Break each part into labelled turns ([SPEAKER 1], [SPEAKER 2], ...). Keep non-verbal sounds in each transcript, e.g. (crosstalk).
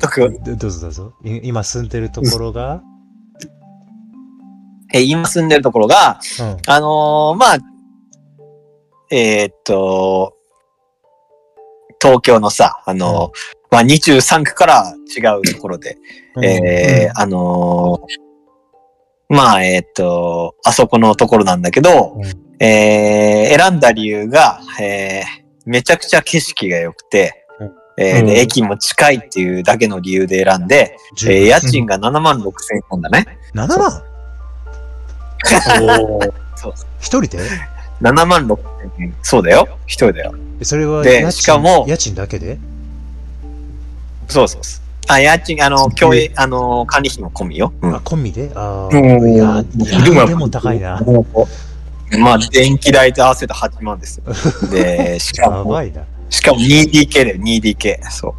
[SPEAKER 1] とこ
[SPEAKER 2] どどうぞどうぞ。い今住んでるところが、
[SPEAKER 1] え今住んでるところが、
[SPEAKER 2] うん、
[SPEAKER 1] あのーまあ、えーっと、東京のさ、あのーまあ、23区から違うところで、えーあのーまあ、えーっと、あそこのところなんだけど、
[SPEAKER 2] うん
[SPEAKER 1] えー選んだ理由が、えーめちゃくちゃ景色が良くて、えー
[SPEAKER 3] うん
[SPEAKER 1] で駅も近いっていうだけの理由で選んで、
[SPEAKER 2] 十
[SPEAKER 1] えー家賃が7万6千円だね。
[SPEAKER 2] 7万
[SPEAKER 3] おー
[SPEAKER 2] 一人で
[SPEAKER 1] 7万6千円。そうだよ。一人だよ。
[SPEAKER 2] えそれは
[SPEAKER 1] で
[SPEAKER 2] 家賃
[SPEAKER 1] しかも
[SPEAKER 2] 家賃だけで
[SPEAKER 1] そうそうそう。あ、家賃、あの、共営、あの、管理費も込みよ。
[SPEAKER 2] あ、コンビでああ、
[SPEAKER 3] うん
[SPEAKER 2] いや、
[SPEAKER 3] うん
[SPEAKER 2] いやでも高いな。
[SPEAKER 1] まあ、電気代と合わせて8万
[SPEAKER 2] (laughs)
[SPEAKER 1] ですよ。で、しか
[SPEAKER 2] や
[SPEAKER 1] も、
[SPEAKER 2] ばいな。
[SPEAKER 1] しかも 2DK だよ、2DK。そう。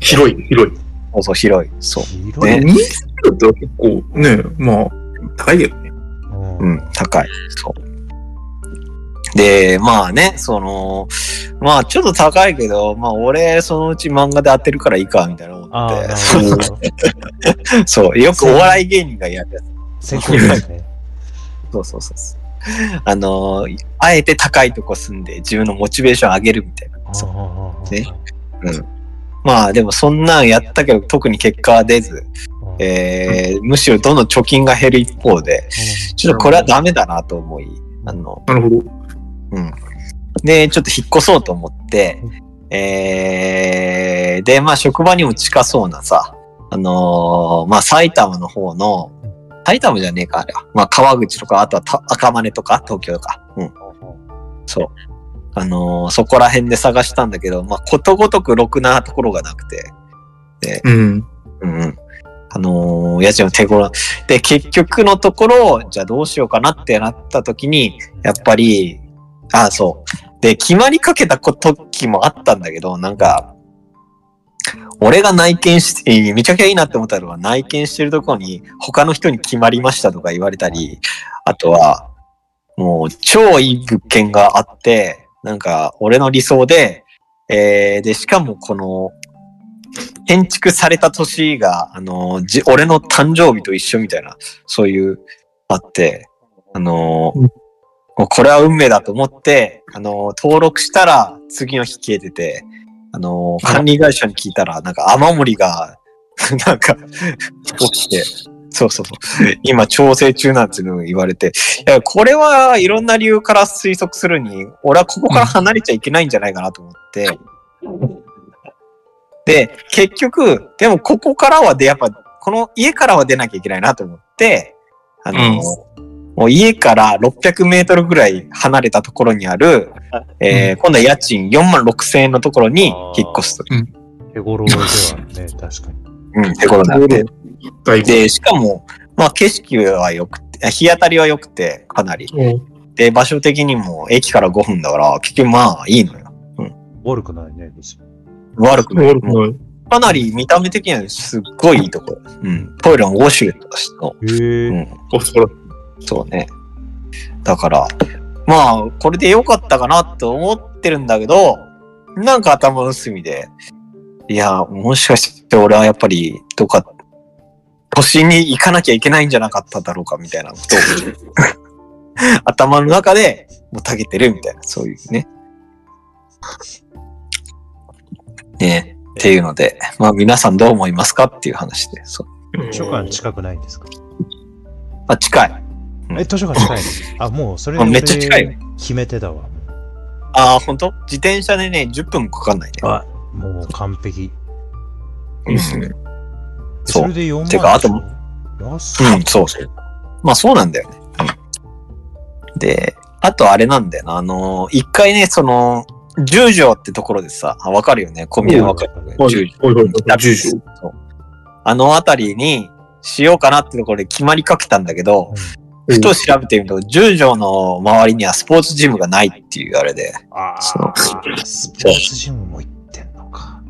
[SPEAKER 3] 広い、広い。
[SPEAKER 1] そうそう、広い。そう。
[SPEAKER 2] 広
[SPEAKER 1] ね
[SPEAKER 2] い。
[SPEAKER 3] 2スキロって結構ね、まあ、高いけどね。
[SPEAKER 2] うん
[SPEAKER 1] うん、高い。そう。で、まあね、その、まあちょっと高いけど、まあ俺、そのうち漫画で当てるからいいか、みたいな思
[SPEAKER 2] あ
[SPEAKER 1] っ
[SPEAKER 2] あ、な
[SPEAKER 1] (laughs) て。
[SPEAKER 2] るほど。
[SPEAKER 1] そう、よくお笑い芸人がやるやつ。
[SPEAKER 2] 先行ですね。
[SPEAKER 1] そうそうそうそう。あのー、あえて高いとこ住んで自分のモチベーション上げるみたいな。 (laughs) そう
[SPEAKER 2] ああああ
[SPEAKER 1] ねまあでもそんなんやったけど特に結果は出ず、
[SPEAKER 2] ああ
[SPEAKER 1] えーむしろどんどん貯金が減る一方で、ちょっとこれはダメだなと思い、あの、
[SPEAKER 3] なるほど。
[SPEAKER 1] で、ちょっと引っ越そうと思って、えーで、まあ職場にも近そうなさ、あのーまあ埼玉の方の、埼玉じゃねえか、あれは。まあ川口とか、あとはた赤羽とか、東京とか。うん。そう。あのーそこら辺で探したんだけど、まあことごとくろくなところがなくて、
[SPEAKER 3] うん。
[SPEAKER 1] うんうん。あのー家賃も手頃で、結局のところ、じゃあどうしようかなってなった時に、やっぱり、ああ、そう。で、決まりかけたこ時もあったんだけど、なんか、俺が内見して、えーめちゃくちゃいいなって思ったのは、内見してるところに、他の人に決まりましたとか言われたり、あとは、もう、超いい物件があって、なんか、俺の理想で、えーで、しかもこの、建築された年が、あの、じ俺の誕生日と一緒みたいな、そういう、あって、あの、
[SPEAKER 3] うん
[SPEAKER 1] もうこれは運命だと思って、あの、登録したら次の日消えてて、あの、管理会社に聞いたら、なんか雨漏りが、 (laughs) なんか、起きて、そうそうそう、今調整中なんていうのを言われて、いや、これはいろんな理由から推測するに、俺はここから離れちゃいけないんじゃないかなと思って、で、結局、でもここからはで、やっぱ、この家からは出なきゃいけないなと思って、あの、もう家から600メートルぐらい離れたところにある、えー今度は家賃4万6千円のところに引っ越すと。
[SPEAKER 2] 手頃で
[SPEAKER 1] (laughs)
[SPEAKER 2] はね、確かに。
[SPEAKER 1] うん、ってことになって。
[SPEAKER 3] だいぶ。
[SPEAKER 1] で、しかも、まあ景色は良くて、日当たりは良くて、かなり。
[SPEAKER 3] うん
[SPEAKER 1] で、場所的にも駅から5分だから、結局まあいいのよ。
[SPEAKER 2] 悪くないね、別に
[SPEAKER 1] 悪くない。
[SPEAKER 3] 悪くない。
[SPEAKER 1] かなり見た目的にはすっごいいいところ。うん。トイレもウォシュレットだしの。
[SPEAKER 2] へえ
[SPEAKER 1] うん
[SPEAKER 3] あ、そら。
[SPEAKER 1] そうね。だから、まあ、これで良かったかなと思ってるんだけど、なんか頭の隅で、いや、もしかして俺はやっぱり、どっか、都心に行かなきゃいけないんじゃなかっただろうか、みたいなことを、 (laughs) 頭の中でもたげてるみたいな、そういうね。ねっていうので、まあ皆さんどう思いますかっていう話で、そう。
[SPEAKER 2] 図書館近くないんですか
[SPEAKER 1] あ、近い。うん
[SPEAKER 2] え、図書館近いのあ、もうそれで
[SPEAKER 1] あめっちゃ近いよ
[SPEAKER 2] 俺決めてだわ。
[SPEAKER 1] ああ、本当？自転車でね、10分もかかんないね。
[SPEAKER 2] あ、もう完璧。
[SPEAKER 3] いいっすね。
[SPEAKER 1] そう
[SPEAKER 2] それで4万。
[SPEAKER 1] てかあと
[SPEAKER 2] も。安
[SPEAKER 1] うん、そうそう。まあそうなんだよね。で、あとあれなんだよな。あのー、一回ね、その、十条ってところでさ、あわかるよね。小宮わかるよね。
[SPEAKER 3] はい
[SPEAKER 1] 十条。
[SPEAKER 3] はいはいはい
[SPEAKER 1] 十条。そうあの辺りにしようかなってところで決まりかけたんだけど、
[SPEAKER 3] うん
[SPEAKER 1] ふと調べてみると、十条の周りにはスポーツジムがないっていうあれで、
[SPEAKER 2] ああ、
[SPEAKER 1] そう
[SPEAKER 2] スポーツジムも行ってんのか。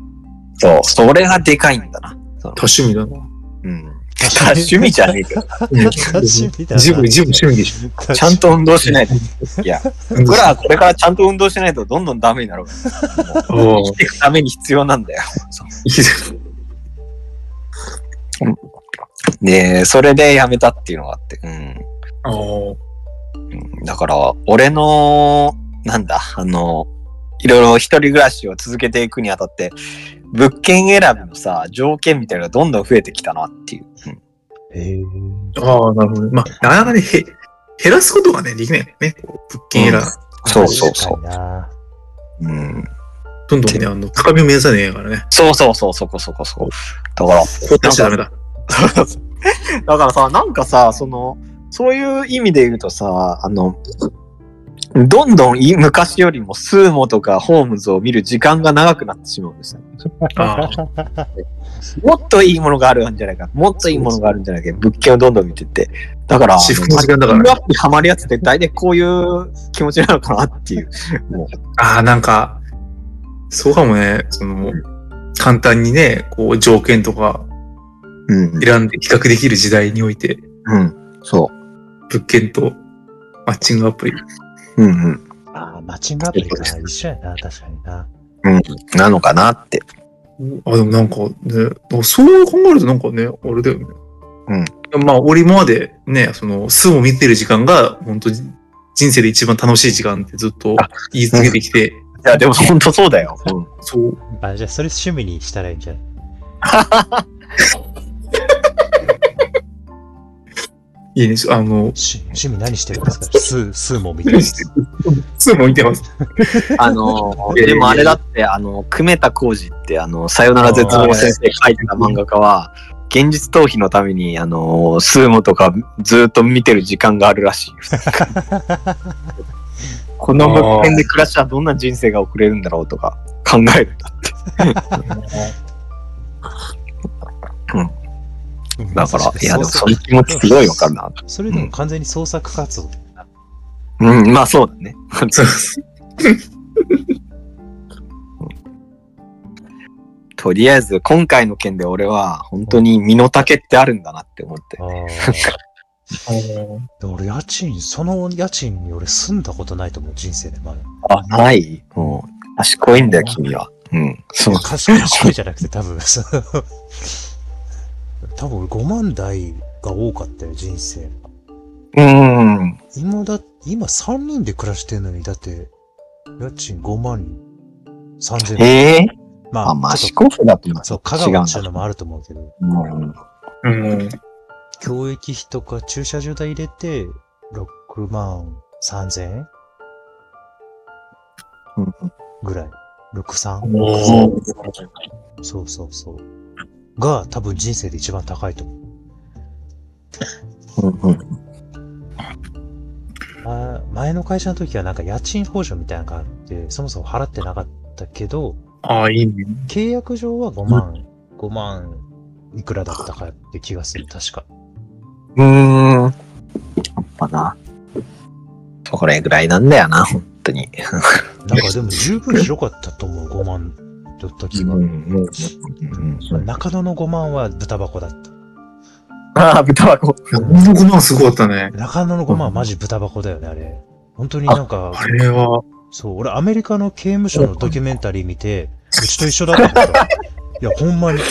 [SPEAKER 1] そう、それがでかいんだな。
[SPEAKER 3] 多趣味だな。
[SPEAKER 1] うん。ただ (laughs) 趣味じゃねえか
[SPEAKER 2] 趣味だな。
[SPEAKER 3] ジム、ジム趣味でし
[SPEAKER 1] ら。ちゃんと運動しないと。いや、僕らはこれからちゃんと運動しないとどんどんダメにな
[SPEAKER 3] (laughs)
[SPEAKER 1] るから。もう
[SPEAKER 3] ょ。お
[SPEAKER 1] 生きていくために必要なんだよ。で、それでやめたっていうのがあって。うん。
[SPEAKER 3] お
[SPEAKER 1] だから、俺の、なんだ、あの、いろいろ一人暮らしを続けていくにあたって、物件選びのさ、条件みたいなのがどんどん増えてきたなっていう。うん
[SPEAKER 2] えー
[SPEAKER 3] ああ、なるほどね。まあ、なかなかね、へ減らすことがね、できないよね。こう物件選
[SPEAKER 1] うんそうそうそ
[SPEAKER 2] 確かにな
[SPEAKER 1] う。うん。
[SPEAKER 3] どんどんね、あの、高みを目指さねえからね。
[SPEAKER 1] そうそうそう、そこそこそこ。だから、
[SPEAKER 3] こう出しちゃダメだ。
[SPEAKER 1] (laughs) だからさ、なんかさ、その、そういう意味で言うとさ、あの、どんどんい昔よりもスーモとかホームズを見る時間が長くなってしまうんですよ。
[SPEAKER 3] あ
[SPEAKER 1] もっといいものがあるんじゃないか。もっといいものがあるんじゃないか。物件をどんどん見てって。だから、
[SPEAKER 3] 私服の時間だからね
[SPEAKER 1] マッチングアップにハマるやつって大体こういう気持ちなのかなっていう。も
[SPEAKER 3] ああ、なんか、そうかもね。その、簡単にね、こう、条件とか
[SPEAKER 1] う。うん。
[SPEAKER 3] 選んで比較できる時代において、
[SPEAKER 1] うん。そ
[SPEAKER 3] 物件とマッチングアプリ。
[SPEAKER 1] う。うんうん。
[SPEAKER 2] あーマッチングアプリかな。一緒やな、確かにな。
[SPEAKER 1] うん。なのかなって。
[SPEAKER 3] あ、でもなんかね、そう考えるとなんかね、あれだよね。うん。まあ、俺今までね、その、巣を見てる時間が、本当に人生で一番楽しい時間ってずっと言い続けてきて、
[SPEAKER 1] いや、でも本当そうだよ。
[SPEAKER 3] そう。
[SPEAKER 2] あじゃあ、それ趣味にしたらいいんじゃない
[SPEAKER 3] いいね。あの、
[SPEAKER 2] 趣趣味何してるんですかスー、スーモみたいな。
[SPEAKER 3] (laughs) 巣も見て (laughs) ます。
[SPEAKER 1] あのー、でもあれだって、あの、久米田浩二って、あの、さよなら絶望先生書いてた漫画家は、現実逃避のために、あのー、スーモとかずっと見てる時間があるらし (laughs) い。この物件で暮らしたらどんな人生が送れるんだろうとか考えるんだって。だから、いや、でもその気持ちすごいわかるな。
[SPEAKER 2] それでも完全に創作活動。
[SPEAKER 1] うん、まあそうだね。 (laughs)
[SPEAKER 3] そう
[SPEAKER 1] とりあえず、今回の件で俺は、本当に身の丈ってあるんだなって思って。
[SPEAKER 2] あーでも俺、家賃、その家賃に俺住んだことないと思う、人生でまだ。
[SPEAKER 1] あ、ないもう、賢いんだよ、君は。うん、そう。
[SPEAKER 2] 賢い賢いじゃなくて、多分、 (laughs) その多分俺5万台が多かったよ、人生。
[SPEAKER 1] うん。
[SPEAKER 2] 今だ、今3人で暮らしてるのに、だって、家賃5万3000円。
[SPEAKER 1] ええ
[SPEAKER 2] ま
[SPEAKER 1] あ、まあ、
[SPEAKER 2] ちょっ
[SPEAKER 1] 四国だと
[SPEAKER 2] とそう、香川のうのもあると思うけど、
[SPEAKER 1] うん
[SPEAKER 3] うん。
[SPEAKER 2] 教育費とか駐車場代入れて、6万3000円
[SPEAKER 1] うん
[SPEAKER 2] ぐらい。63?
[SPEAKER 3] おー
[SPEAKER 2] そうそうそう。が、多分人生で一番高いと思
[SPEAKER 1] う
[SPEAKER 2] う。
[SPEAKER 1] んうん
[SPEAKER 2] あ前の会社の時はなんか家賃補助みたいなのがあって、そもそも払ってなかったけど、
[SPEAKER 3] ああ、いいね。
[SPEAKER 2] 契約上は5万、5万いくらだったかって気がする、確か。
[SPEAKER 1] うーん。やっぱな。そこらぐらいなんだよな、本当に。
[SPEAKER 2] なんかでも十分広かったと思う、5万だった気が。
[SPEAKER 1] うん
[SPEAKER 2] 中野の5万は豚箱だった。
[SPEAKER 1] ああ、豚箱。
[SPEAKER 3] この5万すごかったね。
[SPEAKER 2] 中野の5万はマジ豚箱だよね、あれ。本当になんか、
[SPEAKER 3] あれは、
[SPEAKER 2] そう、俺アメリカの刑務所のドキュメンタリー見て、うちと一緒だと
[SPEAKER 1] (laughs)
[SPEAKER 2] 思った。いや、ほんまに。い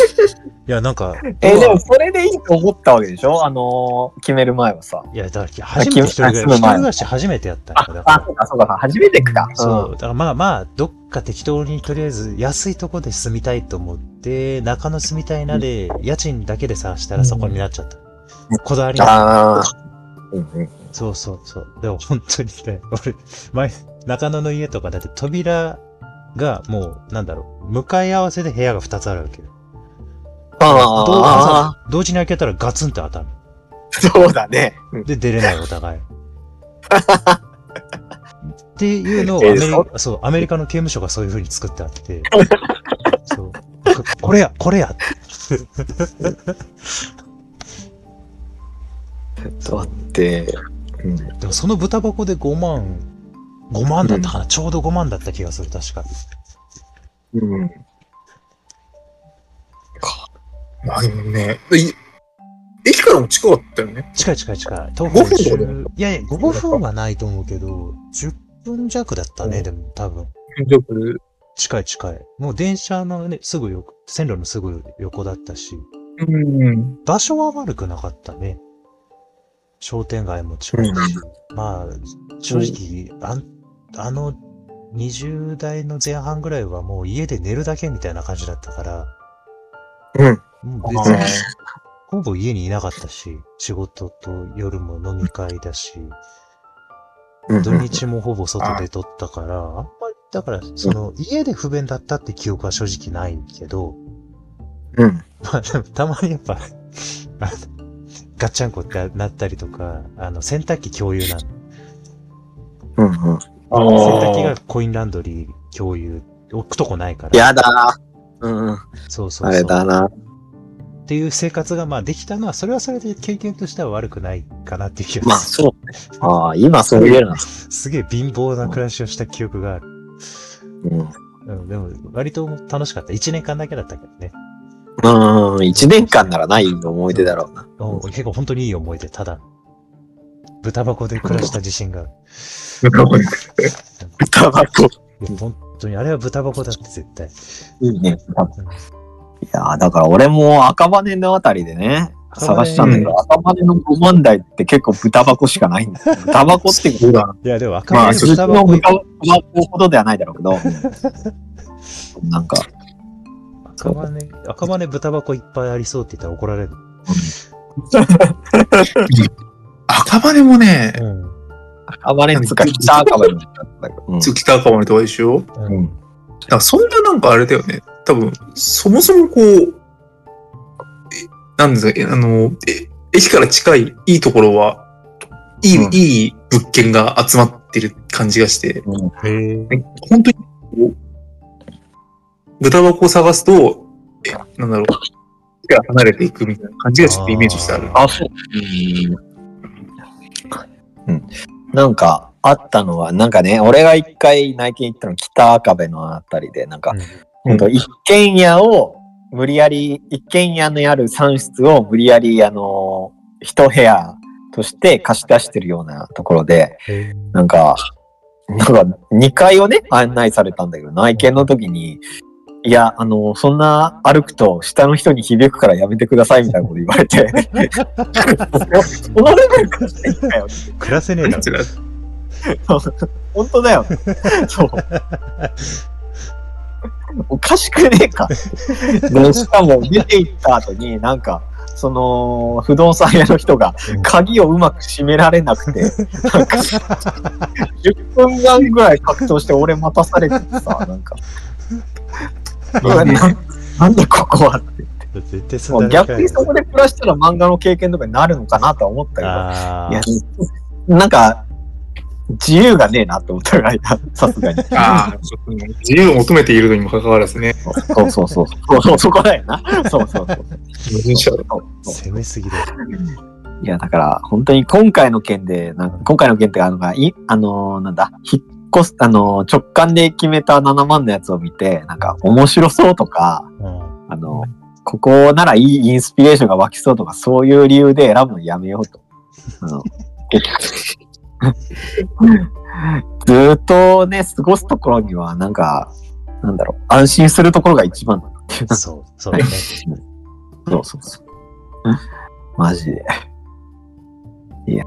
[SPEAKER 2] や、なんか、
[SPEAKER 1] えでもそれでいいと思ったわけでしょあのー決める前はさ。
[SPEAKER 2] いや、だから初めて一人暮ら
[SPEAKER 1] あ
[SPEAKER 2] し、一
[SPEAKER 1] 住む前
[SPEAKER 2] 人暮らし初めてやったからだ
[SPEAKER 1] あ、
[SPEAKER 2] か
[SPEAKER 1] そうかそうか、初めてか
[SPEAKER 2] ら。。そう、だからまあまあ、どっか適当にとりあえず安いとこで住みたいと思って、中野住みたいなで、家賃だけで探したらそこになっちゃった。こだわり
[SPEAKER 1] ん。
[SPEAKER 2] が
[SPEAKER 1] ああ。うんうん。
[SPEAKER 2] そうそうそう。でも本当にね、俺、前、中野の家とかだって扉がもう、なんだろう、向かい合わせで部屋が2つあるわけよ。同時
[SPEAKER 1] ああ。
[SPEAKER 2] さ同時に開けたらガツンって当たる。
[SPEAKER 1] そうだね。うん
[SPEAKER 2] で、出れないお互い。っていうのをアメリ
[SPEAKER 1] えー
[SPEAKER 2] そうアメリカの刑務所がそういう風に作ってあって、そうここれや、これやって。
[SPEAKER 1] そうだって。うん
[SPEAKER 2] でもその豚箱で5万、5万だったかな、ちょうど5万だった気がする、確か。
[SPEAKER 1] うん。
[SPEAKER 3] まあでもね、い駅からも近かったよね。
[SPEAKER 2] 近い近い近い。徒
[SPEAKER 3] 5分とかだよ
[SPEAKER 2] 10いやいや、5分はないと思うけど、10分弱だったね、でも多分。
[SPEAKER 3] 近く
[SPEAKER 2] 近い近い。もう電車のね、すぐ横、線路のすぐ横だったし、
[SPEAKER 3] うん。
[SPEAKER 2] 場所は悪くなかったね。商店街も近いし。まあ、正直、あんあの、20代の前半ぐらいはもう家で寝るだけみたいな感じだったから、
[SPEAKER 3] うん。
[SPEAKER 2] もう別
[SPEAKER 1] あ
[SPEAKER 2] に
[SPEAKER 1] ー
[SPEAKER 2] ほぼ家にいなかったし、仕事と夜も飲み会だし、
[SPEAKER 1] うん
[SPEAKER 2] 土日もほぼ外で撮ったから、あんまり、だから、その、家で不便だったって記憶は正直ないけど、
[SPEAKER 1] うん。
[SPEAKER 2] まあでも、 (laughs) たまにやっぱ、あのガッチャンコってなったりとか、あの、洗濯機共有なの。
[SPEAKER 1] うん。うん。
[SPEAKER 2] 洗濯機
[SPEAKER 3] あ
[SPEAKER 2] がコインランドリー共有、置くとこないから。
[SPEAKER 1] やだーうん。
[SPEAKER 2] そうそうそう。
[SPEAKER 1] あれだな。
[SPEAKER 2] っていう生活がまあできたのは、それはそれで経験としては悪くないかなっていう気
[SPEAKER 1] ま
[SPEAKER 2] が
[SPEAKER 1] あ、
[SPEAKER 2] す
[SPEAKER 1] そうね。ああ、今そう言えるな。
[SPEAKER 2] る。すげえ貧乏な暮らしをした記憶がある。
[SPEAKER 1] うん。
[SPEAKER 2] うん、でも、割と楽しかった。1年間だけだったけどね。
[SPEAKER 1] うん、1年間ならない思い出だろうな。
[SPEAKER 2] お結構本当にいい思い出、ただ。豚箱で暮らした自信がある。
[SPEAKER 3] あ。なんかこれ
[SPEAKER 1] タバコ。
[SPEAKER 2] いや本当に、あれは豚箱だって絶対。
[SPEAKER 1] いいね。いやーだから俺も赤羽のあたりでね、探したんだけど、赤羽の5万台って結構豚箱しかないんだ (laughs) よ。豚箱っていうか、
[SPEAKER 3] そうだな。
[SPEAKER 2] いや、でも赤
[SPEAKER 1] まあ、
[SPEAKER 2] 羽
[SPEAKER 1] 普通
[SPEAKER 2] で豚
[SPEAKER 1] の
[SPEAKER 2] 箱、
[SPEAKER 1] 豚箱ほどではないだろうけ (laughs) ど、なんか、
[SPEAKER 2] 赤羽、赤羽豚箱いっぱいありそうって言ったら怒られる。
[SPEAKER 3] 赤羽もね、
[SPEAKER 2] うん。
[SPEAKER 1] 赤羽っつうか北赤羽のうん
[SPEAKER 3] ちょっと北赤羽とかでしょ
[SPEAKER 2] う。
[SPEAKER 1] うんん。
[SPEAKER 3] だからそんななんかあれだよね。多分、そもそもこう、えなんですか、えあの、え駅から近いいいところは、いい、
[SPEAKER 1] うん
[SPEAKER 3] いい物件が集まってる感じがして、
[SPEAKER 2] へえ。
[SPEAKER 3] 本当にこう、豚箱を探すと、えなんだろう、駅から離れていくみたいな感じがちょっとイメージとしてある。
[SPEAKER 1] あ、そう。うん。なんか、あったのは、なんかね、俺が一回内見行ったの、北赤部のあたりで、なんか、
[SPEAKER 3] うん
[SPEAKER 1] ほんと一軒家を、無理やり、一軒家にある3室を無理やり、あの、一部屋として貸し出してるようなところで、
[SPEAKER 2] へ
[SPEAKER 1] なんか、なんか2階をね、案内されたんだけど、内見の時に、いや、あの、そんな歩くと下の人に響くからやめてくださいみたいなこと言われて、そのレベルからしていったよ。
[SPEAKER 2] え暮らせ
[SPEAKER 3] (laughs)
[SPEAKER 2] ねえだろ。
[SPEAKER 1] (laughs) 本当だよ。そう。おかしくねえか。で、しかも出て行った後に、なんか、その、不動産屋の人が
[SPEAKER 2] うん、
[SPEAKER 1] 鍵をうまく閉められなくて、なんか、10分間ぐらい格闘して俺待たされててさ、なんか、うわななんだここはって。 (laughs)
[SPEAKER 2] 絶対す
[SPEAKER 1] も
[SPEAKER 2] んだ
[SPEAKER 1] う
[SPEAKER 2] ら
[SPEAKER 1] 逆にそこで暮らしたら漫画の経験とかになるのかなとは思ったけど、
[SPEAKER 2] あ
[SPEAKER 1] い
[SPEAKER 2] あ
[SPEAKER 1] や、、なんか、自由がねえなって思ったから、 (laughs) さすがに。
[SPEAKER 3] ああ、ちょっとね自由を求めているのにもかかわらずね、
[SPEAKER 1] そうそうそう。そうそう、そこだよな。そうそうそう。
[SPEAKER 3] 矛盾しちゃう。
[SPEAKER 1] そう
[SPEAKER 2] 攻めすぎだよ。
[SPEAKER 1] いや、だから、本当に今回の件で、なんか今回の件って、あのが、いあのーなんだ、引っ越す、あのー直感で決めた7万のやつを見て、なんか、面白そうとか、 (laughs)
[SPEAKER 2] うん。
[SPEAKER 1] あのここならいいインスピレーションが湧きそうとか、そういう理由で選ぶのやめようと。あの (laughs) ずーっとね、過ごすところには、なんか、なんだろう、安心するところが一番だっていう。
[SPEAKER 2] そう、そうだね。
[SPEAKER 1] そうそうそう。マジで。いや、